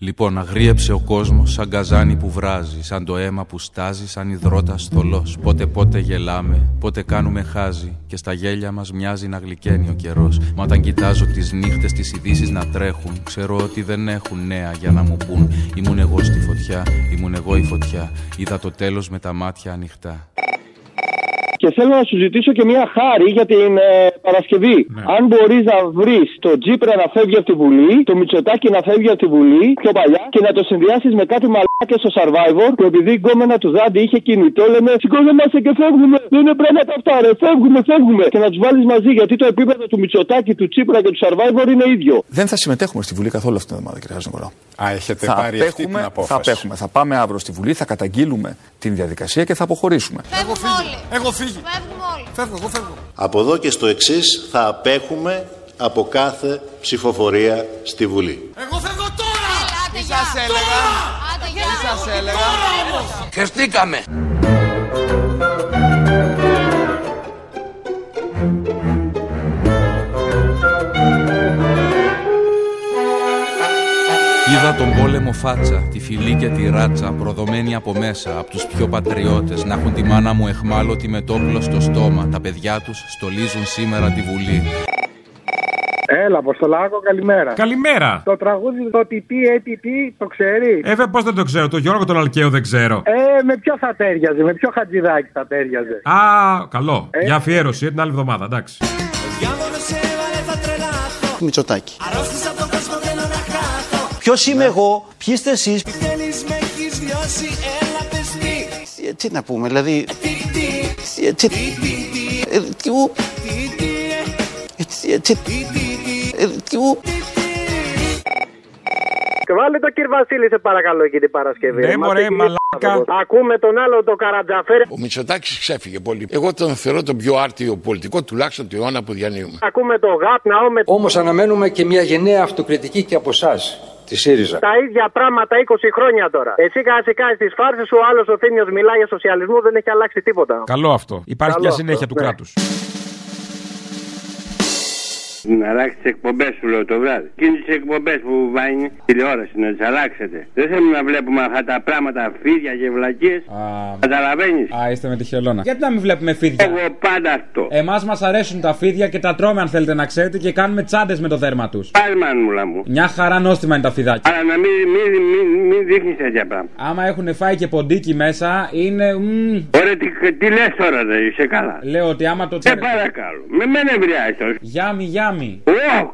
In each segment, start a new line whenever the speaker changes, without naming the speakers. Λοιπόν, αγρίεψε ο κόσμος σαν καζάνι που βράζει, σαν το αίμα που στάζει, σαν υδρότα θολό. Πότε πότε γελάμε, πότε κάνουμε χάζι, και στα γέλια μας μοιάζει να γλυκαίνει ο καιρός. Μα όταν κοιτάζω τις νύχτες, τις ειδήσεις να τρέχουν, ξέρω ότι δεν έχουν νέα για να μου πούν. Ήμουν εγώ στη φωτιά, ήμουν εγώ η φωτιά. Είδα το τέλος με τα μάτια ανοιχτά.
Και θέλω να σου ζητήσω και μια χάρη για την ε, Παρασκευή.
Ναι.
Αν μπορείς να βρεις το Τζίπρα να φεύγει από τη Βουλή, το Μητσοτάκι να φεύγει από τη Βουλή πιο παλιά και να το συνδυάσεις με κάτι μαλάκια στο survivor που επειδή η γκόμενα του Δάντη είχε κινητό, λέμε Σηκώνομαστε και φεύγουμε. Δεν είναι πράγματα αυτά, ρε. Φεύγουμε, φεύγουμε. Και να τους βάλεις μαζί γιατί το επίπεδο του Μητσοτάκι, του Τσίπρα και του survivor είναι ίδιο.
Δεν θα συμμετέχουμε στη Βουλή καθόλου αυτή την εβδομάδα, κύριε Χαζημουρό.
Α, έχετε
Θα
πάρει αυτή την
απέχουμε, θα
απόφαση.
απέχουμε. Θα πάμε αύριο στη Βουλή, θα καταγγείλουμε την διαδικασία και θα αποχωρήσουμε.
Φεύγουμε όλοι.
Έχω φύγει.
Φεύγουμε όλοι.
Φεύγω, εγώ φεύγω.
Από εδώ και στο εξής θα απέχουμε από κάθε ψηφοφορία στη Βουλή.
Εγώ φεύγω τώρα!
Έλα, άντε, γεια.
σας έλεγα.
Άντε, γεια.
Τι σας έλεγα. Χεστήκαμε.
Είδα τον πόλεμο φάτσα, τη φυλή και τη ράτσα, προδομένη από μέσα, από τους πιο πατριώτες, να έχουν τη μάνα μου εχμάλωτη με τόπλο στο στόμα. Τα παιδιά τους στολίζουν σήμερα τη Βουλή.
Έλα, Αποστολάκο, καλημέρα.
Καλημέρα!
Το τραγούδι το τι τι, ε, τι, τι, το ξέρει.
Ε, πώς δεν το ξέρω, το Γιώργο τον Αλκαίο δεν ξέρω.
Ε, με ποιο θα τέριαζε, με ποιο χατζηδάκι θα τέριαζε.
Α, καλό. Για αφιέρωση ε, την άλλη εβδομάδα, εντάξει.
Μητσοτάκη. Ποιος είμαι εγώ, ποιοι είστε εσείς. Τι να πούμε, δηλαδή. Ε, Τι. Ε, τι ου. Ε, τι- ε, τι- Ε, τι ου.
Και βάλε το κύριε Βασίλη, σε παρακαλώ, εκείνη την Παρασκευή.
Ναι,
Μας
μωρέ,
έχει
μαλάκα.
Ακούμε τον άλλο τον Καρατζαφέρη,
Ο Μητσοτάκης ξέφυγε πολύ. Εγώ τον θεωρώ τον πιο άρτιο πολιτικό, τουλάχιστον του αιώνα που διανύουμε.
ακούμε τον Γάπνα, με
Όμως αναμένουμε και μια γενναία αυτοκριτική και από εσάς, τη ΣΥΡΙΖΑ.
τα ίδια πράγματα 20 χρόνια τώρα. Εσύ κασικά στι φάρσει σου, ο άλλος ο Θήμιος μιλάει για σοσιαλισμό, δεν έχει αλλάξει τίποτα.
Καλό αυτό. Υπάρχει
Καλό
μια
αυτό,
συνέχεια του
ναι.
κράτους.
Να αλλάξει τις εκπομπές σου, λέω το βράδυ. Εκείνε τις εκπομπές που βάνει τηλεόραση να τις αλλάξετε. Δεν θέλουμε να βλέπουμε αυτά τα πράγματα, φίδια και βλακίες. Καταλαβαίνεις.
Α, είστε με τη χελώνα. Γιατί να μην βλέπουμε φίδια.
Εγώ πάντα αυτό.
Εμάς μας αρέσουν τα φίδια και τα τρώμε, αν θέλετε να ξέρετε, και κάνουμε τσάντες με το δέρμα τους.
Πάρε μανούλα μου.
Μια χαρά νόστιμα είναι τα φιδάκια.
Αλλά να μην, μην, μην, μην δείχνεις τέτοια πράγματα.
Άμα έχουν φάει και ποντίκι μέσα, είναι. μμμ.
Ωραία, τι, τι λες τώρα, δεν είσαι καλά.
Λέω ότι άμα το
Σε
τσάρετε.
παρακαλώ. Με μένα ευρεάζει τόσο.
Γιάμι, γιάμι.
Ω,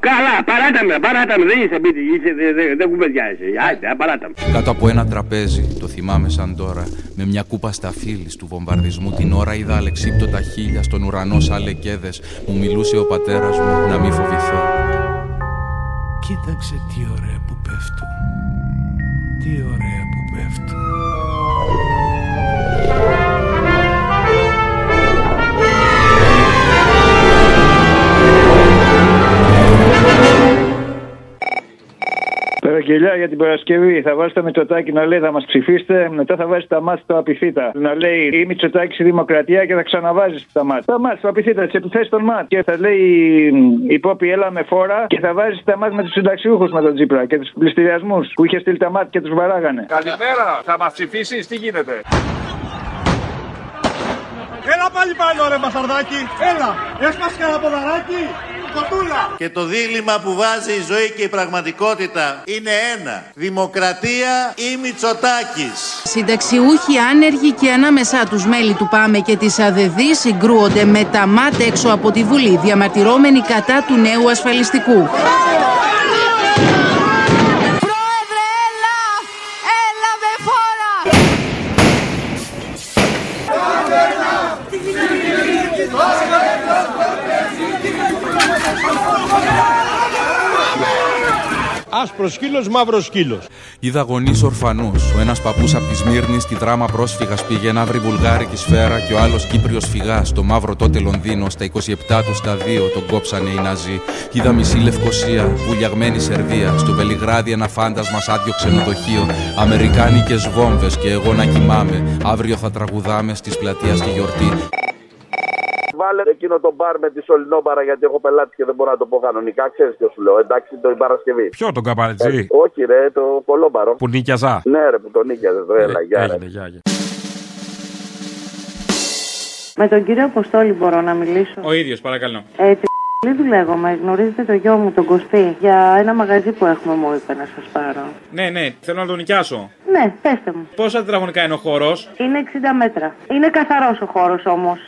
καλά, παράτα με, παράτα με. Δεν είσαι πίτι, είσαι, δεν δε, δε κουβεντιάζεσαι. Άιτε, παράτα με.
Κάτω από ένα τραπέζι, το θυμάμαι σαν τώρα, με μια κούπα σταφύλης του βομβαρδισμού την ώρα είδα αλεξίπτωτα χίλια στον ουρανό σαν λεκέδες. Μου μιλούσε ο πατέρας μου να μην φοβηθώ.
Κοίταξε τι ωραία που πέφτουν. Τι ωραία που πέφτουν.
Παραγγελιά για την Παρασκευή. Θα βάζει το Μητσοτάκι να λέει θα μας ψηφίσετε. Μετά θα βάζει τα μάτια του απειθήτα. Να λέει η Μητσοτάκης στη Δημοκρατία και θα ξαναβάζεις τα μάτια. Τα μάτια του απειθήτα, τις επιθέσεις των μάτ. Και θα λέει η Πόπη έλα με φόρα και θα βάζεις τα μάτια με τους συνταξιούχους με τον Τζίπρα και τους πληστηριασμούς που είχε στείλει τα μάτια και τους βαράγανε.
Καλημέρα, θα μας ψηφίσεις, τι γίνεται. Έλα πάλι πάλι, ωραία μπασαρδάκι. Έλα, έσπασε κανένα ποδαράκι. Κοτούλα.
Και το δίλημα που βάζει η ζωή και η πραγματικότητα είναι ένα. Δημοκρατία ή Μητσοτάκης.
Συνταξιούχοι άνεργοι και ανάμεσά τους μέλη του ΠΑΜΕ και της ΑΔΕΔΗ συγκρούονται με τα ΜΑΤ έξω από τη Βουλή, διαμαρτυρώμενοι κατά του νέου ασφαλιστικού. Πρόεδρε, έλα! Έλα με φόρα!
Άσπρο σκύλος, μαύρος σκύλος.
Είδα γονείς ορφανούς. Ο ένας παππούς από τη Σμύρνη στη δράμα πρόσφυγας πήγε να βρει βουλγάρικη σφαίρα και ο άλλος Κύπριος φυγάς. Στο μαύρο τότε Λονδίνο, στα 27 του στα 2 τον κόψανε οι Ναζί. Είδα μισή Λευκοσία, βουλιαγμένη Σερβία. Στο Βελιγράδι ένα φάντασμα σ' άδειο ξενοδοχείο. Αμερικάνικες βόμβες και εγώ να κοιμάμαι. Αύριο θα τραγουδάμε στις πλατείας στη γιορτή.
βάλε εκείνο το μπαρ με τη σωληνόμπαρα γιατί έχω πελάτη και δεν μπορώ να το πω κανονικά. Ξέρεις ποιος σου λέω, εντάξει, την Παρασκευή.
Ποιο τον καπαρετζή
Ε, όχι, ρε, το κολόμπαρο.
που νίκιαζα.
Ναι, ρε, που τον νίκιαζε, το έλα, γεια, ρε.
Έγινε, γεια, γεια.
Με τον κύριο Αποστόλη μπορώ να μιλήσω.
Ο ίδιος, παρακαλώ.
Ε, τη Λίδου λέγομαι. Γνωρίζετε το γιο μου, τον Κωστή. Για ένα μαγαζί που έχουμε, μου είπε να σας πάρω.
Ναι, ναι, θέλω να τον νοικιάσω.
Ναι, πέστε μου.
Πόσα τετραγωνικά είναι ο χώρος,
Είναι 60 μέτρα. Είναι καθαρός ο χώρος όμως.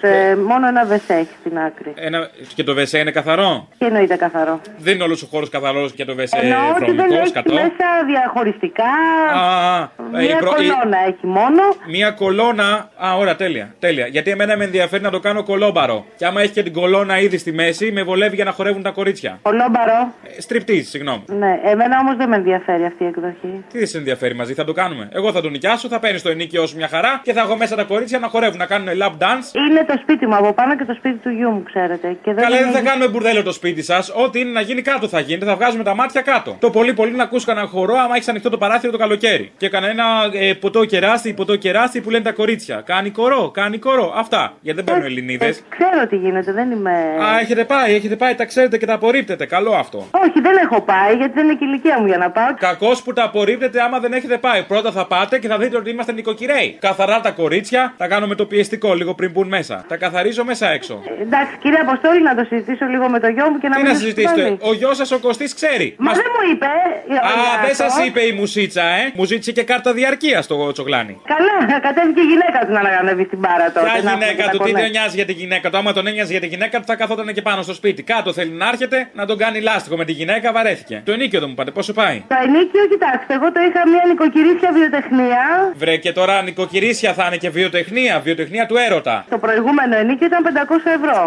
μόνο ένα βεσέ έχει στην άκρη.
ένα... και το ΒΣΕ είναι καθαρό.
Τι εννοείται καθαρό.
Δεν είναι όλος ο χώρος καθαρός και το ΒΣΕ
Εννοώ ότι δεν
βρωμικός,
έχει
σκατό.
μέσα διαχωριστικά.
Α, α, η
Μία
προ- η-
κολόνα έχει μόνο.
Μία κολόνα. Α, ωραία, τέλεια. τέλεια. Γιατί εμένα με ενδιαφέρει να το κάνω κολόμπαρο. Και άμα έχεις και την κολόνα ήδη στη μέση, με βολεύει για να χορεύουν τα κορίτσια.
Κολόμπαρο.
Ε, Στριπτής, συγγνώμη.
Ναι, εμένα όμως δεν με ενδιαφέρει αυτή η εκδοχή.
Τι δεν σε ενδιαφέρει μαζί, θα το κάνουμε. Εγώ θα τον νοικιάσω, θα παίρνει το ενίκιο σου μια χαρά και θα έχω μέσα τα κορίτσια να χορεύουν, να κάνουν lap dance.
Είναι το σπίτι μου από πάνω και το σπίτι του γιού μου, ξέρετε. Και δεν
Καλά,
είναι
δεν θα κάνουμε μπουρδέλο το σπίτι σας. Ό,τι είναι να γίνει κάτω θα γίνεται. Θα βγάζουμε τα μάτια κάτω. Το πολύ πολύ να ακούς κανένα χορό άμα έχεις ανοιχτό το παράθυρο το καλοκαίρι. Και κανένα ε, ποτό κεράστι, ποτό κεράστι που λένε τα κορίτσια. Κάνει κορό, κάνει κορό. Αυτά. Γιατί δεν παίρνουν Ελληνίδε.
Ξέρω τι γίνεται, δεν είμαι.
Α, έχετε πάει, έχετε πάει, τα ξέρετε και τα απορρίπτετε. Καλό αυτό.
Όχι, δεν έχω πάει γιατί δεν είναι και η ηλικία μου για να πάω.
Κακός που τα απορρίπτετε άμα δεν έχετε πάει. Πρώτα θα πάτε και θα δείτε ότι είμαστε νοικοκυρέοι. Καθαρά τα κορίτσια, τα κάνουμε το πιεστικό λίγο πριν μπουν μέσα. Τα καθαρίζω μέσα έξω.
Εντάξει, κύριε Αποστόλη, να το συζητήσω λίγο με το γιο μου και να
Τι
μην
να
το
συζητήσετε,
συζητάμε.
ο γιος σας ο Κωστής ξέρει.
Μα δεν μου είπε. ε,
Α,
για
δεν
αυτό.
σα είπε η μουσίτσα, ε. Μου ζήτησε και κάρτα διαρκείας το τσογλάνι.
Καλά, κατέβηκε η γυναίκα του να ανακατεύει την πάρα τότε.
Ποια
να έχουμε
γυναίκα
τα
του, τι
κονέ.
δεν νοιάζει για τη γυναίκα του. Άμα τον ένοιαζε για τη γυναίκα του, θα καθόταν και πάνω στο σπίτι. Κάτω θέλει να έρχεται να τον κάνει λάστιχο με τη γυναίκα, βαρέθηκε. Το ενίκιο δεν μου πάτε, πόσο πάει.
Το ενίκιο, κοιτάξτε, εγώ το είχα μια νοικοκυρίσια βιοτεχνία.
Βρε και τώρα νοικοκυρίσια θα είναι και βιοτεχνία, βιοτεχνία του έρωτα.
Το προηγούμενο ενίκιο ήταν 500 ευρώ.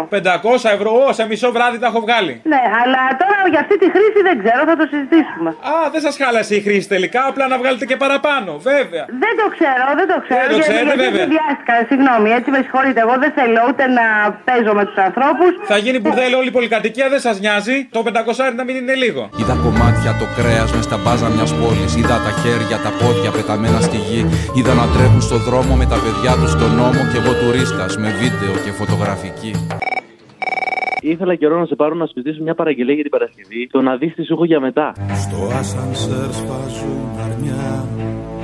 500 ευρώ, ω, σε μισό βράδυ τα έχω βγάλει.
Ναι, αλλά τώρα για αυτή τη χρήση δεν ξέρω, θα το συζητήσουμε.
Α, δεν σας χάλασε η χρήση τελικά, απλά να βγάλετε και παραπάνω, βέβαια.
Δεν το ξέρω, δεν το ξέρω.
Δεν το
γιατί-
ξέρετε,
γιατί
βέβαια.
Βιάστηκα, συγγνώμη, έτσι με συγχωρείτε. Εγώ δεν θέλω ούτε να παίζω με τους ανθρώπους.
Θα γίνει μπουρδέλο όλη η πολυκατοικία, δεν σας νοιάζει. Το 500 να μην είναι λίγο.
Είδα κομμάτια το κρέας μες στα μπάζα μιας πόλης. Είδα τα χέρια, τα πόδια πεταμένα στη γη. Είδα να τρέχουν στο δρόμο με τα παιδιά τους στον νόμο και εγώ τουρίστας με βίντεο και φωτογραφική.
Ήθελα καιρό να σε πάρω να συζητήσουμε μια παραγγελία για την Παρασκευή. Το να δεις τι σου έχω για μετά.
Στο ασανσέρ σφάζουν αρνιά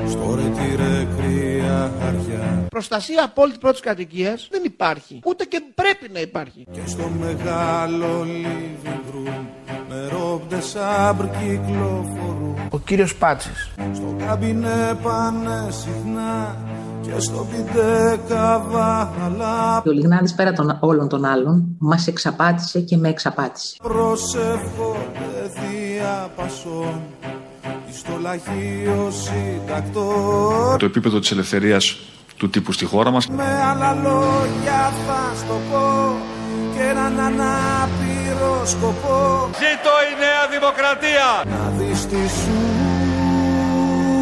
Στο ρετυρέ κρύα χαριά
Προστασία απόλυτη πρώτης κατοικίας δεν υπάρχει. Ούτε και πρέπει να υπάρχει.
Και στο μεγάλο living room Με ρόμπτε σάμπρ κυκλοφορούν
Ο κύριος Πάτσης.
Στο κάμπινε πάνε συχνά Και στο πιντέ καβάλα
Ο Λιγνάδης πέρα των όλων των άλλων μας εξαπάτησε και με εξαπάτησε.
Προσεύχονται θεία πασών Εις το λαχείο συντακτών
Το επίπεδο της ελευθερίας του τύπου στη χώρα μας
Με άλλα λόγια θα στο πω και έναν ανάπηρο σκοπό Ζήτω η Νέα Δημοκρατία! Να δεις τι σου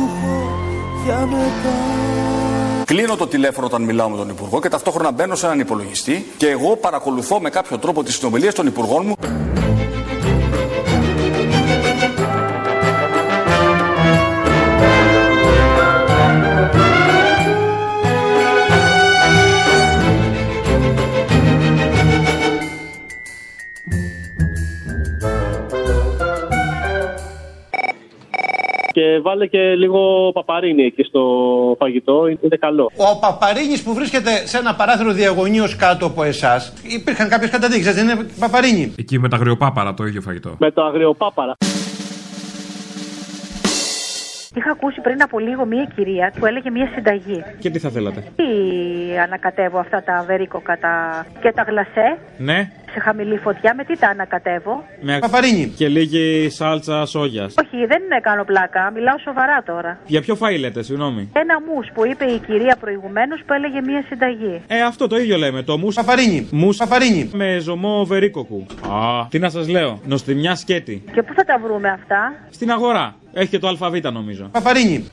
έχω για μετά
Κλείνω το τηλέφωνο όταν μιλάω με τον Υπουργό και ταυτόχρονα μπαίνω σε έναν υπολογιστή και εγώ παρακολουθώ με κάποιο τρόπο τις συνομιλίες των Υπουργών μου.
Και βάλε και λίγο παπαρίνι εκεί στο φαγητό, είναι καλό.
Ο Παπαρίνης που βρίσκεται σε ένα παράθυρο διαγωνίως κάτω από εσάς, υπήρχαν κάποιες καταδείξεις, δεν είναι Παπαρίνη.
Εκεί με τα αγριοπάπαρα το ίδιο φαγητό.
Με το αγριοπάπαρα.
Είχα ακούσει πριν από λίγο μία κυρία που έλεγε μία συνταγή.
Και τι θα θέλατε.
Τι ανακατεύω αυτά τα βερίκοκα τα... και τα γλασέ
Ναι,
σε χαμηλή φωτιά, με τι τα ανακατεύω.
με παπαρίνι. Και λίγη σάλτσα σόγιας.
Όχι, δεν είναι κάνω πλάκα, μιλάω σοβαρά τώρα.
Για ποιο φάι λέτε, συγγνώμη.
Ένα μους που είπε η κυρία προηγουμένως που έλεγε μία συνταγή.
Ε, αυτό το ίδιο λέμε. Το μους παπαρίνι. Μους παπαρίνι. Με ζωμό βερίκοκου. Α, τι να σας λέω. Νοστιμιά σκέτη.
Και πού θα τα βρούμε αυτά.
Στην αγορά. Έχει και το αλφαβήτα νομίζω.
Παπαρίνι.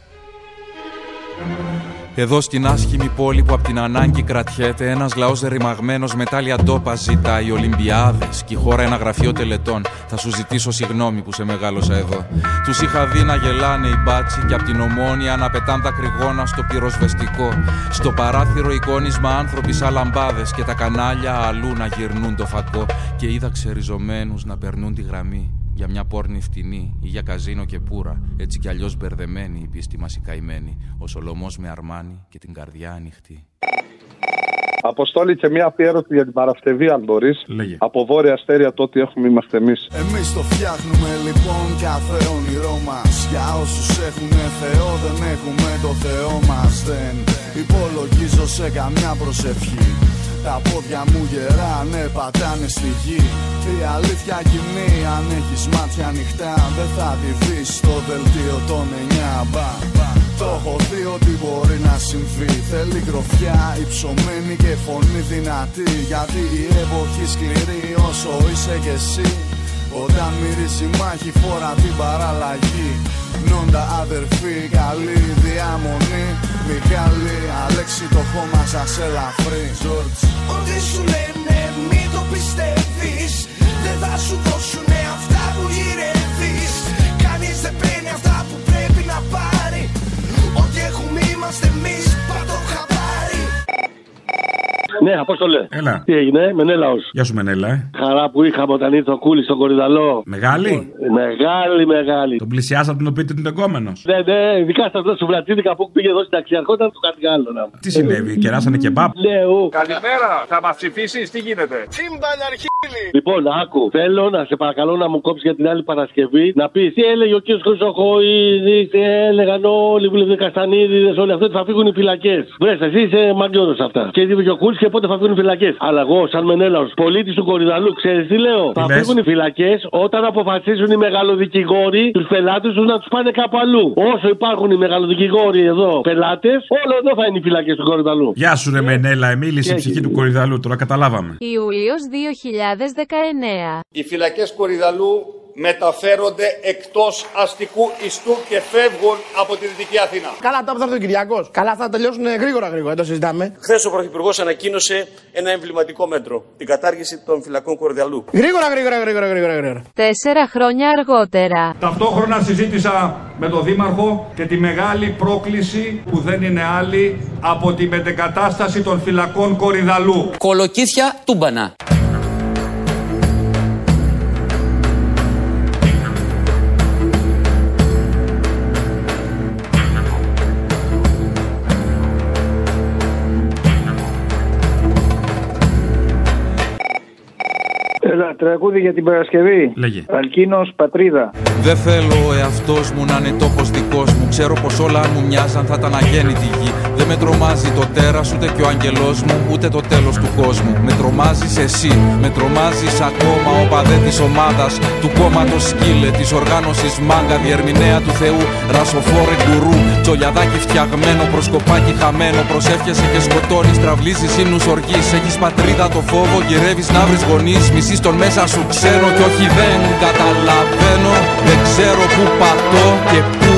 Εδώ στην άσχημη πόλη που απ' την ανάγκη κρατιέται, ένας λαός ρημαγμένο με τάλια ντόπα ζητάει Ολυμπιάδες και η χώρα ένα γραφείο τελετών. Θα σου ζητήσω συγγνώμη που σε μεγάλωσα εδώ. Τους είχα δει να γελάνε οι μπάτσι και απ' την ομόνια να πετάν τα κρυγόνα στο πυροσβεστικό. Στο παράθυρο εικόνισμα άνθρωποι σαν λαμπάδες και τα κανάλια αλλού να γυρνούν το φακό. Και είδα ξεριζωμένους να περνούν τη γραμμή για μια πόρνη φτηνή ή για καζίνο και πουρα, έτσι κι αλλιώς μπερδεμένη η πίστη μας η καημένη. Ο Σολομός με αρμάνι και την καρδιά ανοιχτή.
Αποστόλη και μια αφιέρωση για την Παρασκευή, αν μπορείς. Από βόρεια αστέρια το ότι έχουμε είμαστε εμείς.
Εμείς το φτιάχνουμε λοιπόν κάθε όνειρό μας. Για όσους έχουν Θεό, δεν έχουμε το Θεό μας. Δεν υπολογίζω σε καμιά προσευχή. Τα πόδια μου γερά, ναι, πατάνε στη γη. Η αλήθεια κοινή, αν έχεις μάτια ανοιχτά, δεν θα τη δει στο δελτίο των 9 μπα. Το έχω δει ότι μπορεί να συμβεί. Θέλει γροφιά, υψωμένη και φωνή δυνατή. Γιατί η εποχή σκληρή όσο είσαι κι εσύ. Όταν μυρίζει μάχη, φορά την παραλλαγή. Νόντα αδερφή, καλή διαμονή. Μιχάλη, Αλέξη, το χώμα σα ελαφρύ. George.
Ό,τι σου λένε μη το πιστεύεις Δεν θα σου δώσουνε αυτά που γυρεύεις Κανείς δεν παίρνει αυτά που πρέπει να πάρει Ό,τι έχουμε είμαστε εμείς πάντο χαμπάρι
Ναι, Απόστολε.
Έλα.
Τι έγινε, Μενέλαος.
Γεια σου, Μενέλα. Ε.
Χαρά που είχαμε όταν ήρθε ο Κούλης στον Κορυδαλό.
Λοιπόν,
Μεγάλη.
ε-
Μεγάλη, μεγάλη.
Τον πλησιάσα τον οποίο ήταν εγκόμενο.
Ναι, ναι, ειδικά σε αυτό το σουβλατζίδικα που πήγε εδώ στην αξιαρχό ήταν του κάτι άλλο. να μου.
Τι συνέβη, κεράσανε κεμπάπ.
Ναι, ου.
Καλημέρα, θα μας ψηφίσεις, τι γίνεται.
Τσίμπαν αρχίλη
Λοιπόν, άκου. Θέλω να σε παρακαλώ να μου κόψεις για την άλλη Παρασκευή να πεις τι έλεγε ο κ. Χρυσοχοίδης, τι έλεγαν όλοι οι βουλευτές Καστανίδης, όλοι αυτοί ότι θα φύγουν οι φυλακές. Βρες, εσύ είσαι μαγκιόρο αυτά. Και είπε και ο Κούλης και πότε θα φύγουν οι φυλακές. Αλλά εγώ, σαν Μενέλαος, πολίτης του Κορυδαλού, ξέρεις τι λέω. θα
λες?
φύγουν οι φυλακές όταν αποφασίσουν οι μεγαλοδικηγόροι τους πελάτες τους να τους πάνε κάπου αλλού. Όσο υπάρχουν οι μεγαλοδικηγόροι εδώ πελάτες, όλο εδώ θα είναι οι φυλακές του Κορυδαλού.
Γεια σου, ρε Μενέλα, μίλησε η ψυχή του Κορυδαλού, τώρα καταλάβαμε.
Ιούλιος 2019.
Οι φυλακές Κορυδαλού μεταφέρονται εκτός αστικού ιστού και φεύγουν από τη Δυτική Αθήνα.
Καλά, τα έπαθα ο Κυριακό. Καλά, θα τελειώσουν ε, γρήγορα γρήγορα, δεν το συζητάμε.
Χθες ο Πρωθυπουργός ανακοίνωσε ένα εμβληματικό μέτρο, την κατάργηση των φυλακών Κορυδαλού.
Γρήγορα, γρήγορα, γρήγορα, γρήγορα. γρήγορα.
Τέσσερα χρόνια αργότερα.
Ταυτόχρονα συζήτησα με τον Δήμαρχο και τη μεγάλη πρόκληση που δεν είναι άλλη από τη μετεκατάσταση των φυλακών Κορυδαλού.
Κολοκύθια τούμπανα.
Έλα, τραγούδι για την Παρασκευή.
Λέγε.
Αλκίνος Πατρίδα.
Δεν θέλω ο εαυτός μου να είναι τόπος δικός μου. Ξέρω πως όλα αν μου μοιάζαν θα ήταν αγέννητη γη. Δεν με τρομάζει το τέρας ούτε και ο αγγελό μου, ούτε το τέλος του κόσμου. Με τρομάζεις εσύ, με τρομάζεις ακόμα ο παδέ της ομάδας. Του κόμματος σκύλε, της οργάνωσης μάγκα, διερμηνέα του Θεού. Ρασοφόρε γκουρού, τσολιαδάκι φτιαγμένο, προσκοπάκι χαμένο. Προσεύχεσαι και σκοτώνεις, τραυλίζεις ίνου οργή. Έχεις πατρίδα το φόβο, γυρεύεις να βρει γονείς. Μισείς τον μέσα σου ξένο και όχι δεν καταλαβαίνω. Δεν ξέρω πού πατώ και πού